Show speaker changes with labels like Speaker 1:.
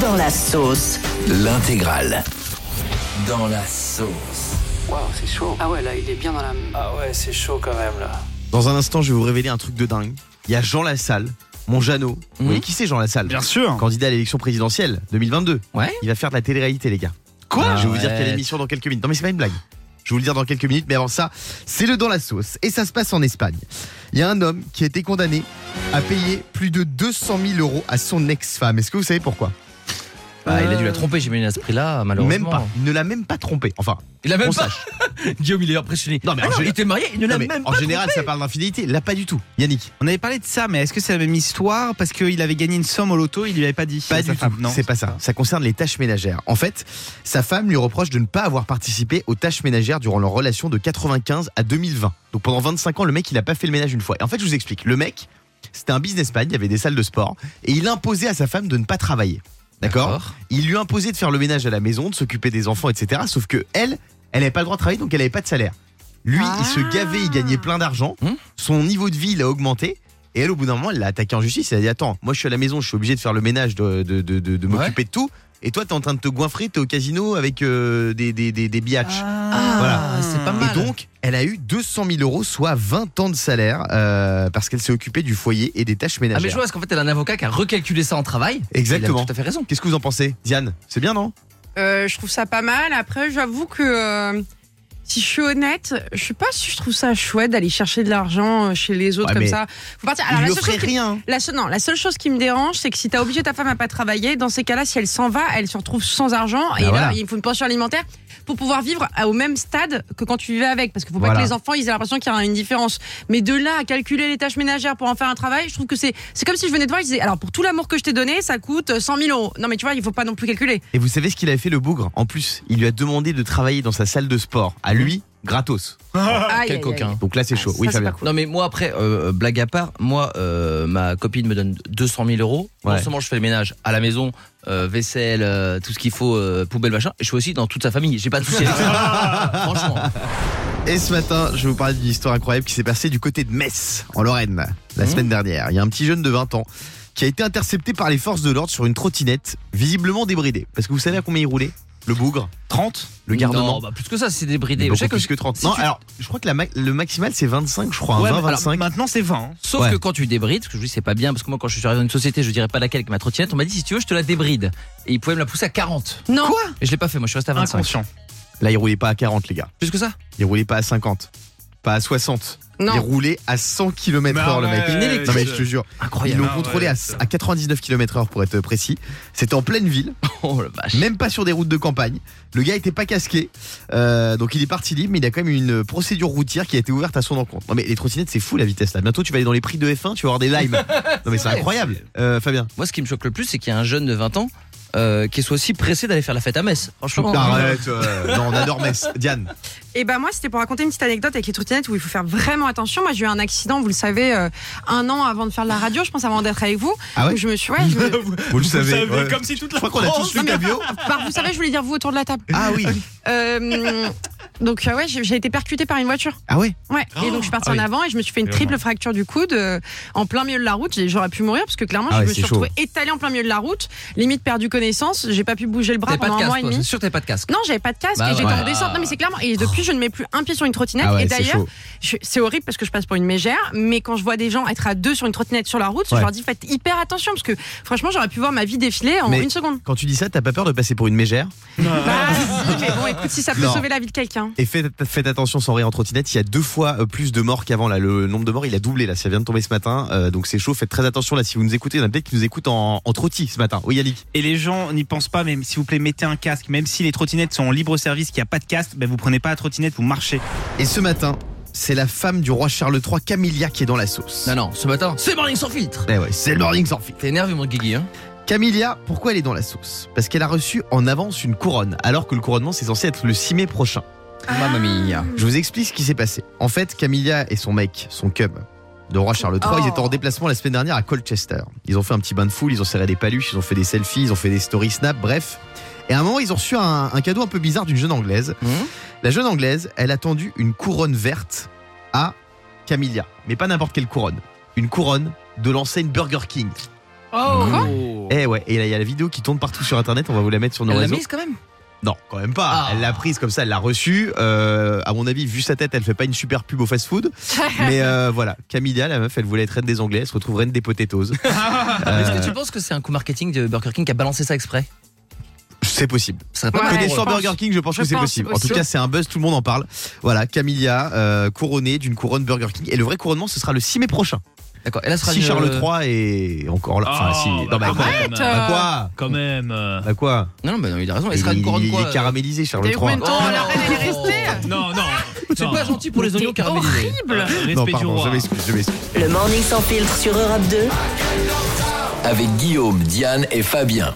Speaker 1: Dans la sauce.
Speaker 2: L'intégrale. Dans la sauce.
Speaker 3: Waouh, c'est chaud.
Speaker 4: Ah ouais, là, il est bien dans la.
Speaker 3: Ah ouais, c'est chaud quand même là.
Speaker 5: Dans un instant, je vais vous révéler un truc de dingue. Il y a Jean Lassalle, mon Jeannot.
Speaker 2: Mhm.
Speaker 5: Vous voyez qui c'est Jean Lassalle
Speaker 6: Bien sûr.
Speaker 5: Candidat à l'élection présidentielle 2022.
Speaker 2: Ouais.
Speaker 5: Il va faire de la télé-réalité, les gars.
Speaker 2: Quoi
Speaker 5: Je vais vous dire
Speaker 2: Arrête.
Speaker 5: quelle émission dans quelques minutes. Non, mais c'est pas une blague. Je vais vous le dire dans quelques minutes, mais avant ça, c'est le dans la sauce. Et ça se passe en Espagne. Il y a un homme qui a été condamné à payer plus de 200 000 euros à son ex-femme. Est-ce que vous savez pourquoi
Speaker 2: Bah, il a dû la tromper, j'imagine, à ce prix-là, malheureusement.
Speaker 5: Euh. Même pas. Il ne l'a même pas trompé. Enfin,
Speaker 2: Il a
Speaker 5: on
Speaker 2: même pas.
Speaker 5: sache.
Speaker 2: Guillaume, il est impressionné.
Speaker 5: Non, mais
Speaker 2: Ah
Speaker 5: en gé-
Speaker 2: il était marié, il ne l'a
Speaker 5: Non, mais
Speaker 2: même
Speaker 5: en
Speaker 2: pas.
Speaker 5: général, ça parle d'infidélité. Là, pas du tout. Yannick,
Speaker 6: On avait parlé de ça, mais est-ce que c'est la même histoire Parce qu'il avait gagné une somme au loto, il lui avait pas dit.
Speaker 5: pas
Speaker 6: à sa
Speaker 5: du tout.
Speaker 6: femme. Non,
Speaker 5: C'est pas ça. Ça concerne les tâches ménagères. En fait, sa femme lui reproche de ne pas avoir participé aux tâches ménagères durant leur relation de 95 à 2020. Donc pendant 25 ans, le mec, il a pas fait le ménage une fois. Et en fait, je vous explique. Le mec, c'était un businessman, il y avait des salles de sport, et il imposait à sa femme de ne pas travailler. D'accord Il lui imposait de faire le ménage à la maison, de s'occuper des enfants, etc. Sauf que elle, elle n'avait pas le droit de travailler, donc elle n'avait pas de salaire. Lui, il se
Speaker 2: Ah.
Speaker 5: gavait, il gagnait plein d'argent.
Speaker 2: Hmm.
Speaker 5: Son niveau de vie, il a augmenté. Et elle, au bout d'un moment, elle l'a attaqué en justice. Elle a dit Attends, moi je suis à la maison, je suis obligé de faire le ménage, de, de- de- de- de
Speaker 2: Ouais.
Speaker 5: m'occuper de tout. Et toi, t'es en train de te goinfrer, t'es au casino avec euh, des, des, des, des biatchs.
Speaker 2: Ah,
Speaker 5: Voilà.
Speaker 2: c'est pas mal.
Speaker 5: Et donc, elle a eu 200 000 euros, soit 20 ans de salaire, euh, parce qu'elle s'est occupée du foyer et des tâches
Speaker 2: Ah, mais
Speaker 5: ménagères.
Speaker 2: je vois, parce qu'en fait, elle a un avocat qui a recalculé ça en travail. Il
Speaker 5: Exactement.
Speaker 2: a tout à fait raison.
Speaker 5: Qu'est-ce que vous en pensez, Diane C'est bien, non
Speaker 7: Euh, je trouve ça pas mal. Après, j'avoue que euh, si je suis honnête, je sais pas si je trouve ça chouette d'aller chercher de l'argent euh, chez les autres
Speaker 5: Ouais, mais
Speaker 7: comme ça. Faut partir. Alors,
Speaker 5: Il
Speaker 7: la
Speaker 5: lui
Speaker 7: seule,
Speaker 5: offrait
Speaker 7: chose qui,
Speaker 5: rien. hein.
Speaker 7: la seule- non, la seule chose qui me dérange, c'est que si t'as obligé ta femme à pas travailler, dans ces cas-là, si elle s'en va, elle se retrouve sans argent. et
Speaker 5: Bah voilà.
Speaker 7: là, il faut une pension alimentaire pour pouvoir vivre à- au même stade que quand tu vivais avec. Parce qu'il faut pas
Speaker 5: Voilà.
Speaker 7: que les enfants ils aient l'impression qu'il y a une différence. Mais de là à calculer les tâches ménagères pour en faire un travail, je trouve que c'est c'est comme si je venais te voir et je disais Alors, pour tout l'amour que je t'ai donné, ça coûte 100 000 euros. Non, mais tu vois, il faut pas non plus calculer.
Speaker 5: Et vous savez ce qu'il avait fait, le bougre En plus, il lui a demandé de travailler dans sa salle de sport, à lui, gratos.
Speaker 2: Quel
Speaker 7: Aïe, aïe, aïe.
Speaker 2: coquin.
Speaker 5: Donc là, c'est
Speaker 7: Ah,
Speaker 5: chaud.
Speaker 7: ça,
Speaker 5: oui,
Speaker 7: c'est
Speaker 5: Fabien.
Speaker 7: pas cool.
Speaker 2: Non mais moi après, euh, blague à part, moi euh, ma copine me donne 200 000 euros.
Speaker 5: Ouais.
Speaker 2: Non seulement je fais le ménage à la maison, euh, vaisselle, euh, tout ce qu'il faut, euh, poubelle machin, et je suis aussi dans toute sa famille. J'ai pas de soucis. avec ça. Franchement.
Speaker 5: Et ce matin, je vais vous parler d'une histoire incroyable qui s'est passée du côté de Metz, en Lorraine, la
Speaker 2: Mmh.
Speaker 5: semaine dernière. Il y a un petit jeune de 20 ans qui a été intercepté par les forces de l'ordre sur une trottinette, visiblement débridée. Parce que vous savez à combien il roulait Le bougre 30 Le
Speaker 2: Non,
Speaker 5: gardement
Speaker 2: bah, plus que ça, c'est
Speaker 5: Il est
Speaker 2: débridé. Je sais
Speaker 5: beaucoup
Speaker 2: que-
Speaker 5: plus que 30.
Speaker 2: si
Speaker 5: non,
Speaker 2: tu-
Speaker 5: alors, je crois que la ma- le maximal, c'est 25, je crois. hein.
Speaker 6: Ouais,
Speaker 5: 20,
Speaker 6: mais alors,
Speaker 5: 25.
Speaker 6: maintenant, c'est 20. hein.
Speaker 2: Sauf
Speaker 5: Ouais.
Speaker 2: que quand tu débrides, parce que je dis c'est pas bien, parce que moi quand je suis arrivé dans une société, je dirais pas laquelle avec ma trottinette, on m'a dit si tu veux je te la débride. Et ils pouvaient me la pousser à 40.
Speaker 7: Non.
Speaker 2: Et je l'ai pas fait, moi je suis resté à 25.
Speaker 6: Inconscient.
Speaker 5: Là, il roulait pas à 40, les gars.
Speaker 2: Plus que ça
Speaker 5: Il roulait pas à 50. Pas à 60. Il
Speaker 7: Non.
Speaker 5: roulait à 100 km
Speaker 6: Mais euh,
Speaker 5: heure, le mec.
Speaker 6: arrête.
Speaker 5: Non, mais je te jure. Ils
Speaker 2: Incroyable.
Speaker 5: l'ont
Speaker 6: Ah, ouais,
Speaker 5: contrôlé à-
Speaker 6: c'est-
Speaker 5: à 99 km heure, pour être précis. C'était en pleine ville.
Speaker 2: Oh la vache.
Speaker 5: même pas sur des routes de campagne. Le gars était pas casqué, Euh, donc il est parti libre, mais il a quand même une procédure routière qui a été ouverte à son encontre. Non mais les trottinettes c'est fou la vitesse là. Bientôt tu vas aller dans les prix de F1, tu vas avoir des limes. Non mais c'est
Speaker 2: vrai.
Speaker 5: incroyable. Euh, Fabien.
Speaker 2: Moi ce qui me choque le plus c'est qu'il y a un jeune de 20 ans euh, qui soit aussi pressé d'aller faire la fête à Metz. Franchement.
Speaker 5: Arrête. euh, non on adore Metz. Diane.
Speaker 7: Et ben moi, c'était pour raconter une petite anecdote avec les trottinettes où il faut faire vraiment attention. Moi, j'ai eu un accident, vous le savez, euh, un an avant de faire de la radio. Je pense avant d'être avec vous.
Speaker 5: Ah ouais
Speaker 7: Où je me suis. Ouais, je me-
Speaker 5: Vous le savez. ouais.
Speaker 6: comme si toute
Speaker 5: Je
Speaker 6: la
Speaker 5: crois qu'on a
Speaker 6: France-
Speaker 5: tous lu ta bio.
Speaker 7: Par Bah, vous savez, je voulais dire vous autour de la table.
Speaker 5: Ah oui.
Speaker 7: Euh, donc euh, ouais, j'ai j'ai été percutée par une voiture.
Speaker 5: Ah ouais.
Speaker 7: Ouais. Et donc je suis partie
Speaker 6: Ah oui.
Speaker 7: en avant et je me suis fait une
Speaker 6: Et
Speaker 7: triple fracture du coude euh, en plein milieu de la route. J'ai- J'aurais pu mourir parce que clairement,
Speaker 5: Ah ouais,
Speaker 7: je me suis
Speaker 5: c'est chaud.
Speaker 7: retrouvée étalée en plein milieu de la route, limite perdu connaissance. J'ai pas pu bouger le bras
Speaker 2: T'avais pas
Speaker 7: pendant
Speaker 2: de
Speaker 7: un mois
Speaker 2: casque,
Speaker 7: et
Speaker 2: toi,
Speaker 7: demi.
Speaker 2: c'est sûr que t'avais pas de casque.
Speaker 7: Non, j'avais pas de casque
Speaker 2: Bah
Speaker 7: et j'étais
Speaker 2: ouais.
Speaker 7: en descente. Non, mais c'est clairement. Et depuis, je ne mets plus un pied sur une trottinette.
Speaker 5: Ah ouais,
Speaker 7: et
Speaker 5: c'est
Speaker 7: d'ailleurs,
Speaker 5: chaud.
Speaker 7: je- c'est horrible parce que je passe pour une mégère. Mais quand je vois des gens être à deux sur une trottinette sur la route,
Speaker 5: Ouais.
Speaker 7: je leur dis faites hyper attention parce que franchement, j'aurais pu voir ma vie défiler en
Speaker 5: Mais-
Speaker 7: une seconde.
Speaker 5: Quand tu dis ça, t'as pas peur de passer pour une mégère
Speaker 7: Bah, si, mais bon, écoute, si ça peut
Speaker 5: Non.
Speaker 7: sauver la vie de quelqu'un.
Speaker 5: Et faites, faites attention sans rire en trottinette, il y a deux fois euh, plus de morts qu'avant là. Le nombre de morts il a doublé là, ça vient de tomber ce matin, Euh, donc c'est chaud. Faites très attention là si vous nous écoutez, il y en a peut-être qui nous écoutent en, en trottis ce matin. Oui Yannick.
Speaker 6: Et les gens n'y pensent pas, mais s'il vous plaît, mettez un casque. Même si les trottinettes sont en libre service, qu'il n'y a pas de casque, ben vous prenez pas la trottinette, vous marchez.
Speaker 5: Et ce matin, c'est la femme du roi Charles III, Camilla, qui est dans la sauce.
Speaker 2: Non, non, ce matin, c'est Morning sans filtre.
Speaker 5: Eh ouais, c'est le morning sans filtre.
Speaker 2: T'es énervé, mon Guigui, hein
Speaker 5: Camilla, pourquoi elle est dans la sauce Parce qu'elle a reçu en avance une couronne, alors que le couronnement c'est censé être le 6 mai prochain.
Speaker 2: Mamma mia.
Speaker 5: Je vous explique ce qui s'est passé. En fait, Camilla et son mec, son cub, de roi Charles III,
Speaker 7: Oh.
Speaker 5: ils étaient en déplacement la semaine dernière à Colchester. Ils ont fait un petit bain de foule, ils ont serré des paluches, ils ont fait des selfies, ils ont fait des stories snap, bref. Et à un moment, ils ont reçu un, un cadeau un peu bizarre d'une jeune anglaise.
Speaker 2: Mhm.
Speaker 5: La jeune anglaise, elle a tendu une couronne verte à Camilla, mais pas n'importe quelle couronne, une couronne de l'enseigne Burger King.
Speaker 7: Quoi
Speaker 5: Eh ouais, et là, il y a la vidéo qui tourne partout sur internet, on va vous la mettre sur nos
Speaker 2: Elle l'a
Speaker 5: réseaux.
Speaker 2: mise quand même
Speaker 5: Non, quand même pas.
Speaker 2: Ah.
Speaker 5: Elle l'a prise comme ça, elle l'a reçue. Euh, à mon avis, vu sa tête, elle fait pas une super pub au fast-food. mais euh, voilà, Camilla, la meuf, elle voulait être reine des Anglais, elle se retrouve reine des potatoes.
Speaker 2: Ah,
Speaker 5: Euh,
Speaker 2: Est-ce que tu penses que c'est un coup marketing de Burger King qui a balancé ça exprès
Speaker 5: C'est possible.
Speaker 2: Ce serait pas mal
Speaker 5: Connaissant
Speaker 7: je pense.
Speaker 5: Burger King, je pense
Speaker 7: Je
Speaker 5: que c'est
Speaker 7: pense,
Speaker 5: possible.
Speaker 7: c'est
Speaker 5: En tout
Speaker 7: possible.
Speaker 5: cas, c'est un buzz, tout le monde en parle. Voilà, Camilla, euh, couronnée d'une couronne Burger King. Et le vrai couronnement, ce sera le 6 mai prochain.
Speaker 2: D'accord. Et là, ce sera
Speaker 5: Si
Speaker 2: une- euh,
Speaker 5: Charles III est encore là. Enfin, si.
Speaker 1: Oh,
Speaker 5: Non, bah,
Speaker 1: bah,
Speaker 5: quoi
Speaker 1: quand même,
Speaker 5: Bah quoi
Speaker 1: Quand même. euh,
Speaker 5: Bah quoi
Speaker 2: Non, non, mais non, il a raison. Elle
Speaker 5: Il,
Speaker 2: sera une couronne
Speaker 5: il
Speaker 2: quoi
Speaker 5: est
Speaker 2: euh,
Speaker 5: caramélisé, Charles
Speaker 7: T'as eu combien de
Speaker 5: III.
Speaker 7: temps
Speaker 2: Oh,
Speaker 7: la reine, elle est
Speaker 2: oh.
Speaker 7: restée
Speaker 1: Non, non.
Speaker 2: C'est
Speaker 1: non.
Speaker 2: pas gentil pour les oignons
Speaker 7: T'es
Speaker 2: caramélisés.
Speaker 1: Respect
Speaker 5: Non,
Speaker 1: du
Speaker 5: pardon,
Speaker 1: roi.
Speaker 5: je m'excuse, je m'excuse.
Speaker 4: Le Morning sans filtre sur Europe 2.
Speaker 8: Avec Guillaume, Diane et Fabien.